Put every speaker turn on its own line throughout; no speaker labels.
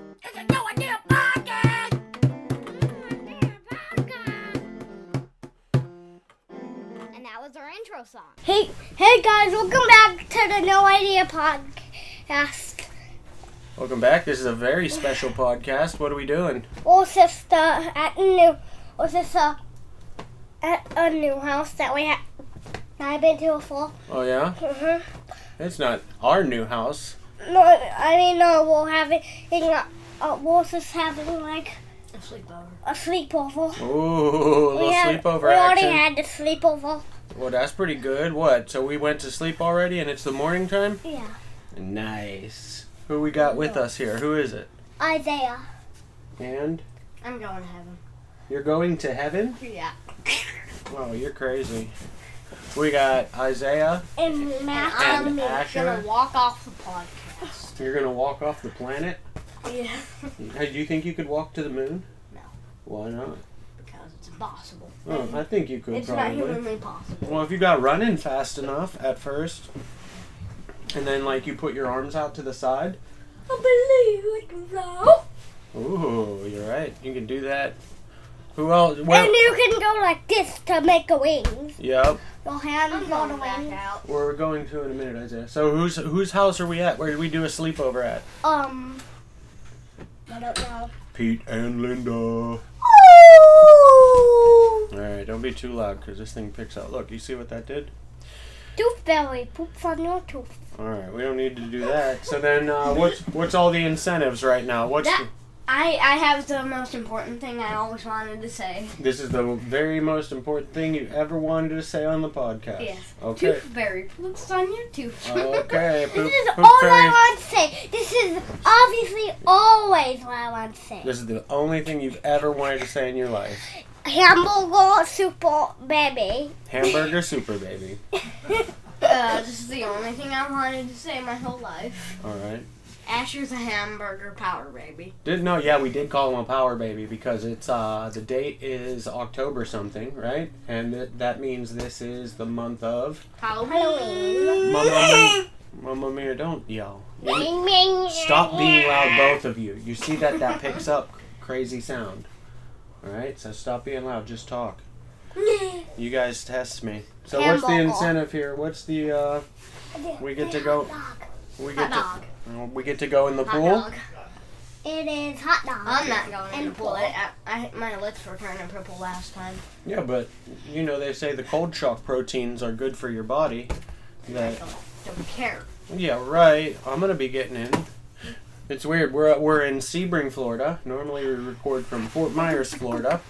listen to a damn podcast.
And that was our intro song.
Hey, hey guys, welcome back to the No Idea podcast.
Welcome back. This is a very special podcast. What are we doing?
Or sister at a new, or sister at a new house that we have. I've been to before.
Oh yeah,
hmm
Mm-hmm.
it's not our new house.
No, I mean no. We're having, uh, uh, we're just having like
A sleepover.
a sleepover.
Ooh, a little
we had-
sleepover
we already had
action.
the sleepover.
Well, that's pretty good. What? So we went to sleep already, and it's the morning time.
Yeah.
Nice. Who we got with us here? Who is it?
Isaiah.
And
I'm going to heaven.
you're going to heaven?
Yeah.
Wow, you're crazy. We got Isaiah.
And Matthew.
And
gonna
Asher.
walk off the podcast.
You're gonna walk off the planet.
Yeah.
Hey, Do you think you could walk to the moon?
No.
Why not?
Because it's impossible.
Oh, I think you could
It's not
probably.
humanly possible.
Well, if you got running fast enough at first, and then like you put your arms out to the side.
I believe it now.
Ooh, you're right. You can do that. Who else?
And
Well,
you can go like this to make a wings.
yep.
Your hands on the
going
wings.
out.
We're going to in a minute, Isaiah. So whose whose house are we at? Where did we do a sleepover at?
Um, I don't know.
Pete and Linda. All right, don't be too loud because this thing picks up. Look, you see what that did?
Tooth fairy poops on your tooth.
All right, we don't need to do that. So then, uh, what's what's all the incentives right now? What's
That- I, I have the most important thing I always wanted to say.
the, this is the very most important thing you ever wanted to say on the podcast.
Yes.
Okay. Oh.
Tooth fairy. Looks on your tooth.
Okay, poop,
This is
poop
all
fairy.
I want to say. This is obviously always what I want to say.
This is the only thing you've ever wanted to say in your life.
Hamburger super baby.
Hamburger super baby.
Uh, this is the only thing I wanted to say my whole life.
All right.
Asher's a hamburger power baby.
Didn't know. Yeah, we did call him a power baby because it's uh the date is October something, right? And th- that means this is the month of
Halloween.
Mama Mia. Mama Mia, don't yell. You-
Bing, bing,
Stop being loud,
yeah.
both of you. You see that that picks up crazy sound. All right, so stop being loud. Just talk. You guys test me. So what's the
Hamburger.
incentive here? What's the uh We get to go- we get to
Hot dog.
Uh, We get to go in the
Hot
pool.
dog.
It is hot dog.
I'm not going in the
And
pool. I, I, I, my lips were turning purple last time.
Yeah, but you know they say the cold shock proteins are good for your body.
I
That
don't, don't care.
yeah, right. I'm gonna be getting in. It's weird. We're uh, we're in Sebring, Florida. Normally we record from Fort Myers, Florida.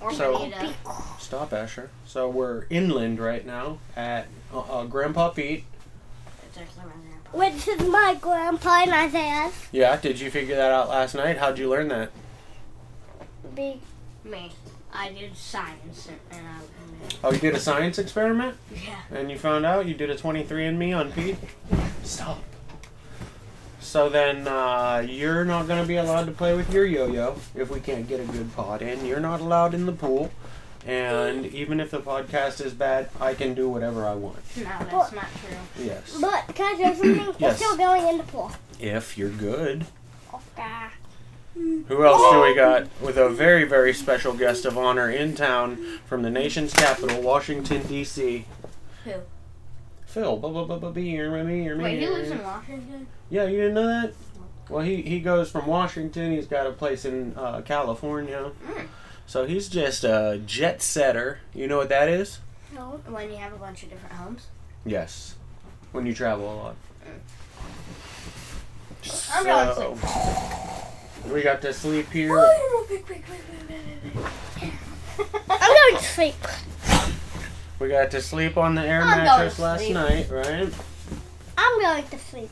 Or
So-
Bonita.
Stop, Asher. So we're inland right now at uh, uh, Grandpa Pete.
It's actually my grandpa.
Which is my grandpa and Isaiah's.
Yeah, did you figure that out last night? How'd you learn that?
Big
Me. I did science and, and I
Oh, you did a science experiment
yeah.
and you found out you did a 23andMe on Pete. Stop. So then uh, you're not going to be allowed to play with your yo-yo if we can't get a good pod in. You're not allowed in the pool. And even if the podcast is bad, I can do whatever I want.
No, that's not true.
Yes.
But can I do something? We're
Yes.
still going in the pool.
If you're good.
Okay.
Who else do we got with a very, very special guest of honor in town from the nation's capital, Washington, D.C.?
Who?
Phil. bu- bu- bu- bu- be- er, me- er, me-
Wait, he lives
er.
in Washington?
Yeah, you didn't know that? Well, he, he goes from Washington. He's got a place in uh, California.
Mm.
So he's just a jet setter. You know what that is?
No. When you have a bunch of different homes.
Yes. When you travel a lot.
I'm going to
So, we got to sleep here.
I'm going to sleep.
We got to sleep on the air
I'm going
mattress
to
last
sleep.
night, right?
I'm going to sleep.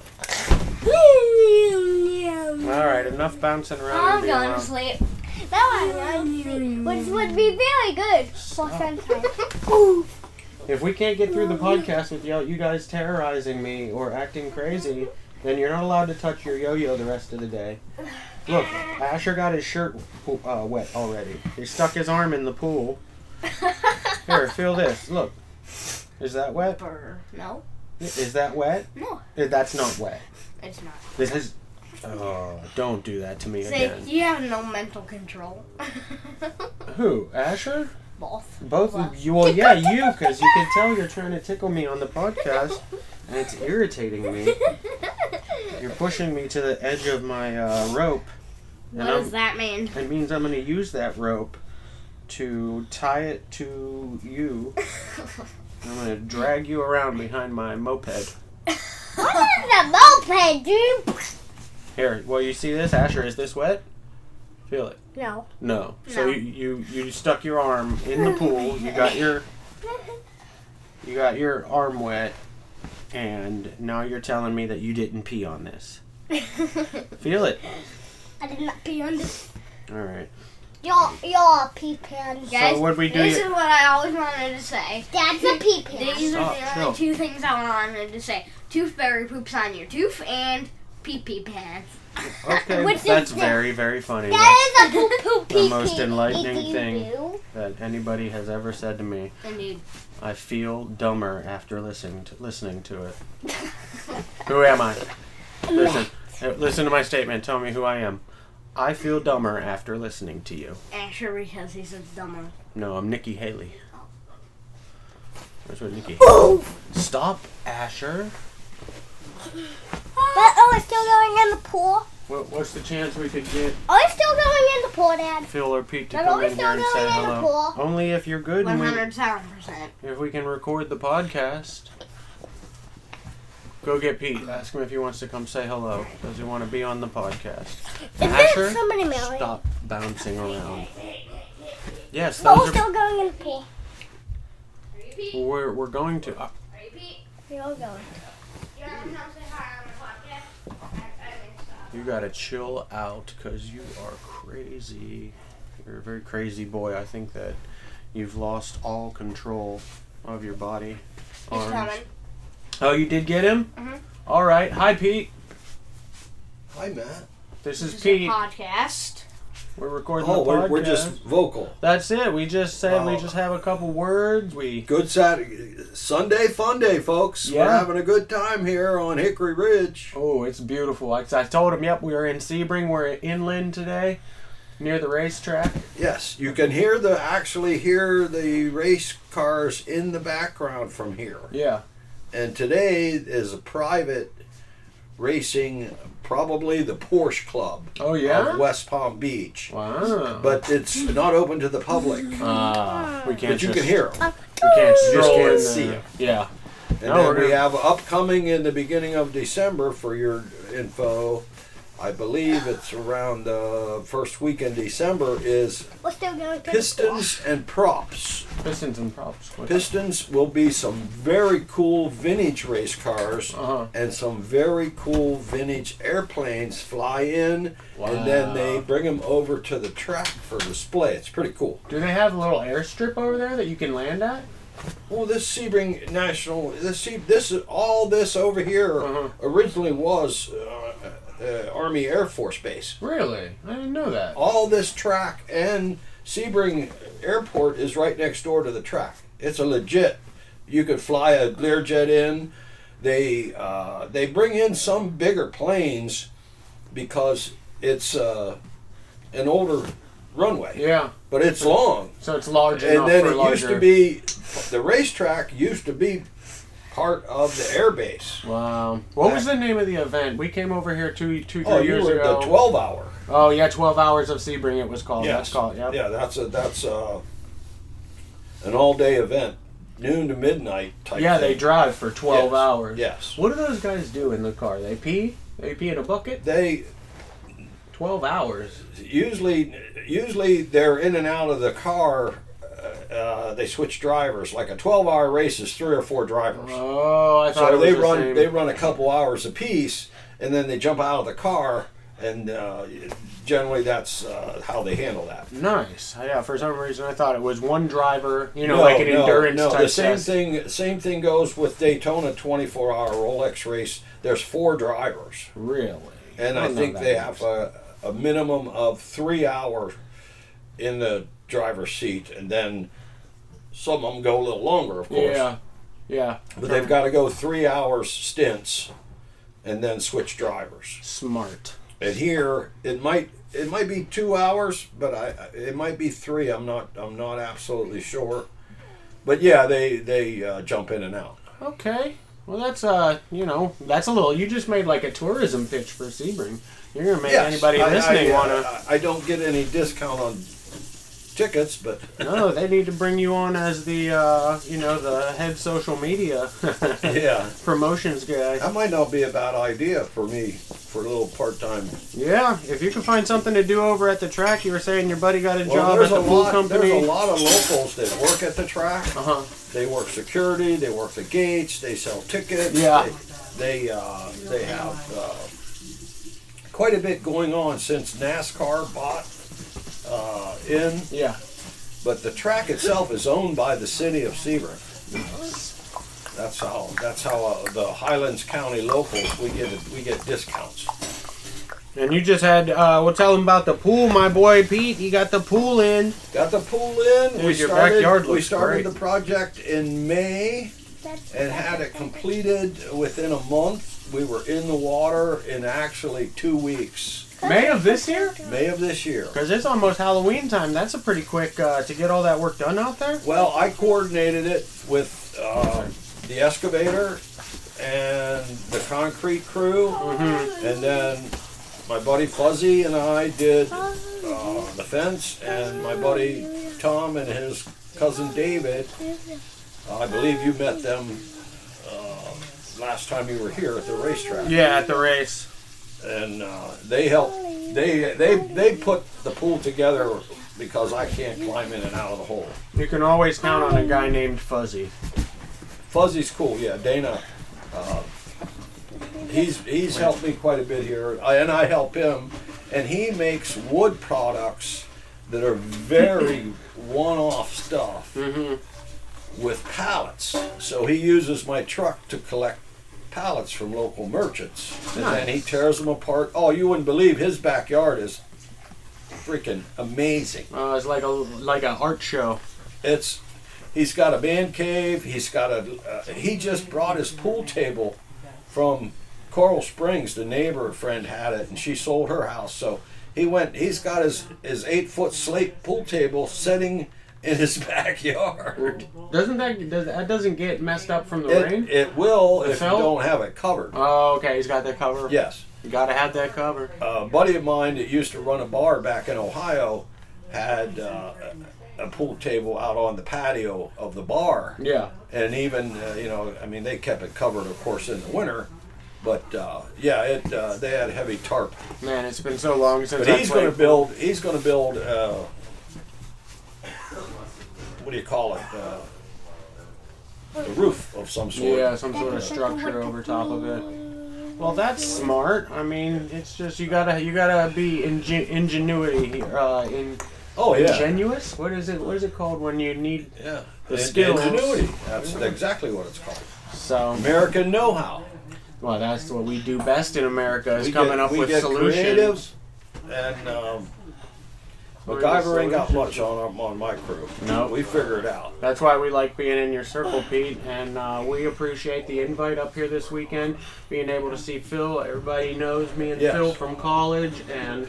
All right, enough bouncing around. and
I'm
being
going to
loud.
sleep.
Now I'm going to sleep, which would be very good for
Stop.
sunshine.
If we can't get through the
Oh,
podcast with y'all, you guys terrorizing me or acting crazy, then you're not allowed to touch your yo-yo the rest of the day. Look, Asher got his shirt po- uh, wet already. He stuck his arm in the pool. Here, feel this. Look, is that wet?
Burr. No.
Is that wet?
No.
Eh, That's not wet.
It's not.
This is Oh, don't do that to me
Say,
again.
you have no mental control.
Who? Asher?
Both.
Both
What?
of you? Well, yeah, you, because you can tell you're trying to tickle me on the podcast, and it's irritating me. You're pushing me to the edge of my uh, rope, and
What
I'm,
does that mean?
it means I'm going to use that rope to tie it to you. I'm going to drag you around behind my moped.
What is a moped, dude?
Here, well, you see this, Asher? Is this wet? Feel it.
No.
No. So
No.
you, you you stuck your arm in the pool. You got your you got your arm wet, and now you're telling me that you didn't pee on this. Feel it.
I did not pee on this.
All right.
You're, you're a pee pan.
Guys,
so what we do?
This
y-
is what I always wanted to say.
Dad's a pee pan.
These are
Stop,
the only
chill.
two things I wanted to say. Tooth fairy poops on your tooth and pee pee pants.
okay,
Which is
that's
the-
very very funny. That,
That is a poo poo pee
The most enlightening
Pee-pee
thing.
poo.
that anybody has ever said to me.
Indeed.
I feel dumber after listening to, listening to it. who am I? Listen, uh, listen to my statement. Tell me who I am. I feel dumber after listening to you.
Asher because he's a dumber.
No, I'm Nikki Haley. That's what Nikki.
Oh!
Stop, Asher.
But, oh, it's still going in the pool.
What, what's the chance we could get
Oh, it's still going in the pool, Dad.
Phil or Pete to
They're
come
always
in here and
still
say
going in the
hello?
pool.
Only if you're good and we,
107%.
if we can record the podcast. Go get Pete. Ask him if he wants to come say hello. Does he want to be on the podcast?
Is
Asher,
there somebody married?
Stop bouncing around. Yes,
Oh,
those
it's
are,
still going in the pool.
we're, we're going to. Uh,
We're all going.
You gotta chill out because you are crazy. You're a very crazy boy. I think that you've lost all control of your body. arms. Oh, you did get him?
Mhm.
All right. Hi, Pete.
Hi, Matt.
This is
This is a
Pete.
podcast.
We're recording
Oh,
the
we're,
podcast.
we're just vocal.
That's it. We just said we
Wow.
just have a couple words. We
Good Saturday, Sunday fun day, folks. We're
Yeah.
having a good time here on Hickory Ridge.
oh, it's beautiful. I, I told him. Yep, we are in Sebring. We're inland today, near the racetrack.
Yes, you can hear the actually hear the race cars in the background from here.
Yeah.
And today is a private racing, probably the Porsche Club
Oh yeah.
of West Palm Beach.
Wow.
But it's not open to the public.
Ah, we can't.
But you
just,
can hear 'em.
We can't
You just
stroll
can't
in
see
there.
it.
Yeah.
And
No, we're
then we
gonna-
have upcoming in the beginning of December for your info. I believe it's around uh, first week in December is
We're still going to
pistons and props.
Pistons and props. What-
Pistons will be some very cool vintage race cars
Uh-huh.
and some very cool vintage airplanes fly in, and then they bring them over to the track for display. It's pretty cool.
Do they have a little airstrip over there that you can land at?
Well, this Sebring National, this Se- this is all this over here
Uh-huh.
originally was uh, uh, Army Air Force Base.
Really? I didn't know that.
All this track and Sebring Airport is right next door to the track. It's a legit. You could fly a Learjet in. They uh, they bring in some bigger planes because it's uh, an older runway,
Yeah.
but it's long
So it's large enough
and then
for
it
larger.
used to be the racetrack used to be part of the airbase.
Wow. What was the name of the event? We came over here two, two, three
Oh, you
years
were
ago.
the twelve hour.
Oh yeah, twelve hours of Sebring. It was called. That's called. Yep.
yeah, that's a that's a, an all day event, noon to midnight type.
Yeah, they
thing.
drive for twelve
Yes.
hours.
Yes,
What do those guys do in the car? They pee. They pee in a bucket.
they
Twelve hours.
usually usually they're in and out of the car. Uh, uh, they switch drivers. Like a twelve hour race is three or four drivers.
Oh, I thought it
So
was
Uh, they
the
run
same.
they run a couple hours apiece, and then they jump out of the car, and uh, generally that's uh, how they handle that.
Nice. Yeah, for some reason I thought it was one driver, you know,
No,
like an
no,
endurance
no,
type
the same
test.
thing. Same thing goes with Daytona 24-hour Rolex race. There's four drivers,
Really?
and I,
don't know
think
that
they
much.
have a, a minimum of three hours in the driver's seat, and then some of them go a little longer, of course.
Yeah. Yeah.
But they've got to go three hours stints, and then switch drivers.
smart.
And here it might it might be two hours, but I I- it might be three. I'm not I'm not absolutely sure. But yeah, they they uh, jump in and out.
Okay. Well, that's uh, you know, that's a little. You just made like a tourism pitch for Sebring. You're gonna make
Yes,
anybody
I- I-
listening
I,
wanna.
I, I don't get any discount on tickets, but
no, they need to bring you on as the uh, you know, the head social media
yeah,
promotions guy.
that might not be a bad idea for me for a little part time.
Yeah, if you can find something to do over at the track, you were saying your buddy got a
Well,
job at
there's a
the pool
lot. There's
company.
a lot of locals that work at the track.
Uh huh.
They work security. They work the gates. They sell tickets.
Yeah.
They they, uh, they have uh, quite a bit going on since NASCAR bought uh, in,
Yeah.
but the track itself is owned by the city of Sebring. That's how that's how uh, the Highlands County locals we get we get discounts.
And you just had uh, well, tell him about the pool, my boy Pete. He got the pool in.
Got the pool in.
Dude, your backyard
We
looks
started
great.
the project in May and had it completed within a month. We were in the water in actually two weeks,
May of this year.
May of this year.
Because it's almost Halloween time. That's a pretty quick uh, to get all that work done out there.
Well, I coordinated it with um, the excavator and the concrete crew, and then my buddy Fuzzy and I did uh, the fence, and my buddy Tom and his cousin David. I believe you met them uh, last time you were here at the racetrack,
Yeah, at the race.
and uh, they helped. They they they put the pool together because I can't climb in and out of the hole.
You can always count on a guy named Fuzzy.
Fuzzy's cool, yeah. Dana, uh, he's he's helped me quite a bit here, I- and I help him. And he makes wood products that are very one-off stuff
Mm-hmm.
with pallets. So he uses my truck to collect pallets from local merchants, and then he tears them apart. Oh, you wouldn't believe his backyard is freaking amazing.
Uh, it's like a like an art show.
It's he's got a man cave. He's got a uh, he just brought his pool table from Coral Springs. The neighbor friend had it, and she sold her house. So he went. He's got his his eight foot slate pool table sitting in his backyard.
Doesn't that does, that doesn't get messed up from the rain?
It, it will if
fell?
you don't have it covered.
oh, okay. He's got that cover.
Yes.
You gotta have that cover.
a buddy of mine that used to run a bar back in Ohio had uh, a a pool table out on the patio of the bar.
Yeah.
and even uh, you know, I mean, they kept it covered, of course, in the winter. But uh, yeah, it uh, they had heavy tarp.
Man, it's been so long since
But
I
he's going
played-
to build. He's going to build. Uh, what do you call it? Uh, a roof of some sort.
Yeah, some sort of structure over top of it. Well, that's smart. I mean, it's just you gotta you gotta be ingen- ingenuity here. Uh, in
Oh yeah.
ingenuous. What is it? What is it called when you need?
Yeah.
The
In-
skills.
Ingenuity. That's exactly what it's called.
So
American know-how.
Well, that's what we do best in America is
We
coming
get-
up
we
with
get
solutions.
creative, and um,
We're
MacGyver
the
ain't got
solutions.
much on on my crew.
No.
we figure it out.
That's why we like being in your circle, Pete, and uh, we appreciate the invite up here this weekend. Being able to see Phil, everybody knows me and
Yes.
Phil from college, and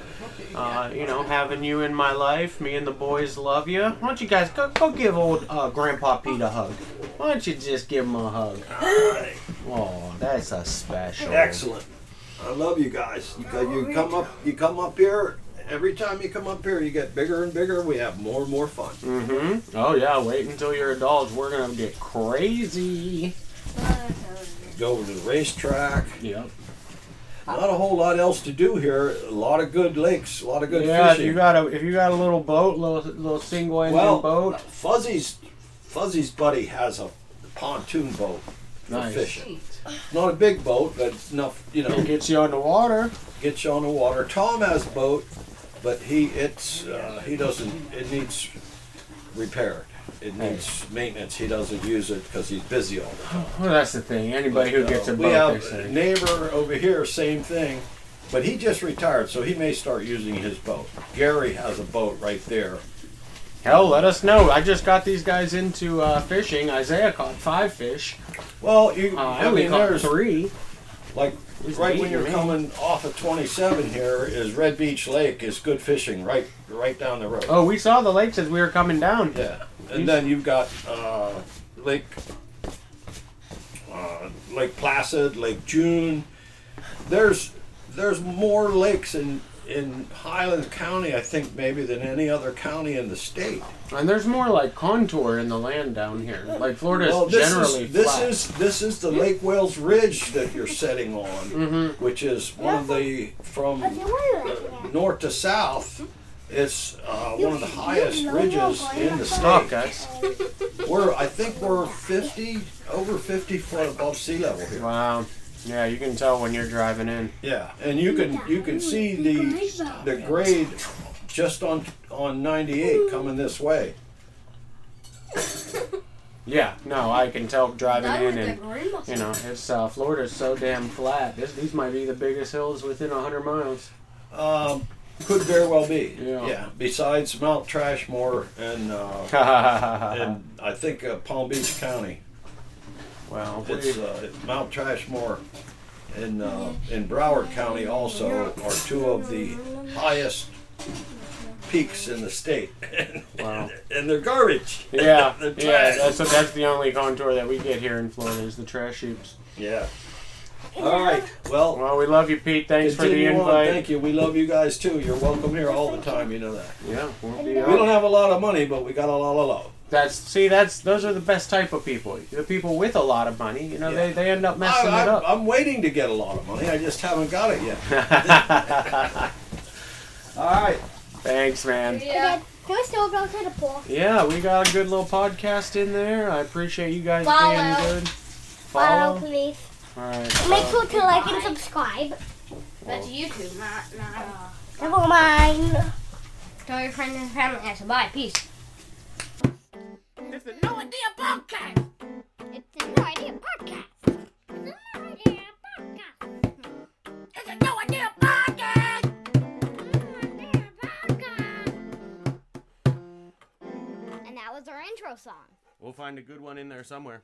uh, you know having you in my life. Me and the boys love you. Why don't you guys go, go give old uh, Grandpa Pete a hug? Why don't you just give him a hug? Oh, that's a special.
Excellent. I love you guys. You, co- you come up, you come up here. Every time you come up here, you get bigger and bigger. We have more and more fun.
hmm Oh yeah, wait until you're adults. We're gonna get crazy.
Go over to the racetrack.
Yep.
Not a whole lot else to do here. A lot of good lakes. A lot of good
yeah, if
fishing.
you got a if you got a little boat, little little single engine
well,
boat,
Fuzzy's Fuzzy's buddy has a pontoon boat for
Nice.
fishing. Not a big boat, but enough. You know,
it gets you on the water.
gets you on the water. Tom has a boat, but he it's uh, he doesn't. It needs repaired. It needs maintenance. He doesn't use it because he's busy all the time.
Well, that's the thing. Anybody who
Uh,
gets a
we have
boat, they
a
say.
neighbor over here, same thing, but he just retired, so he may start using his boat. Gary has a boat right there.
Hell, let us know. I just got these guys into uh, fishing. Isaiah caught five fish.
Well, you,
Uh, I,
I
only
mean,
caught
there's
three.
Like
It's
right when
beating
you're
me.
coming off of 27 here is Red Beach Lake is good fishing right right down the road.
Oh, we saw the lakes as we were coming down.
Yeah, and then you've got uh, Lake uh, Lake Placid, Lake June. There's there's more lakes in in Highland County, I think, maybe than any other county in the state.
And there's more like contour in the land down here. Like Florida is
Well, this
generally
is this
flat.
is this is the Lake Wales Ridge that you're setting on,
Mhm.
which is one of the from uh, north to south. It's uh, one of the highest ridges in the
Stop,
state.
guys.
We're I think we're 50 over 50 foot above sea level here.
Wow. Yeah, you can tell when you're driving in.
Yeah, and you can you can see the the grade just on on 98 coming this way.
Yeah, no, I can tell driving
That
in
was the
and
green muscle.
you know, it's uh, Florida's so damn flat. This, these might be the biggest hills within hundred miles.
Um, could very well be.
Yeah.
Besides Mount Trashmore and uh,
well,
and I think uh, Palm Beach County. It's
we-
uh, Mount Trashmore and uh, in Broward County also are two of the highest peaks in the state,
Wow.
and they're garbage.
yeah,
They're
yeah. That's
trash.
that's the only contour that we get here in Florida is the trash heaps.
Yeah. All right. Well.
Well, we love you, Pete. Thanks
continue
for the
on.
invite.
Thank you. We love you guys too. You're welcome here all the time. You know that.
Yeah, we'll be
We don't
out.
have a lot of money, but we got a lot of love.
That's see, that's those are the best type of people. The people with a lot of money, you know, they,
Yeah.
they end up messing
I,
it
am
up.
I'm waiting to get a lot of money. I just haven't got it yet. All right.
Thanks, man.
Yeah.
Can we still go to the pool?
Yeah, we got a good little podcast in there. I appreciate you guys
Follow.
being good.
Follow,
Follow.
please.
All right.
Make sure to like and subscribe.
That's YouTube, not not. Uh,
Never mind.
tell your friends and family. I said bye. Peace.
It's a No Idea Podcast. It's a No Idea Podcast. It's a No Idea Podcast. And that was our intro song.
We'll find a good one in there somewhere.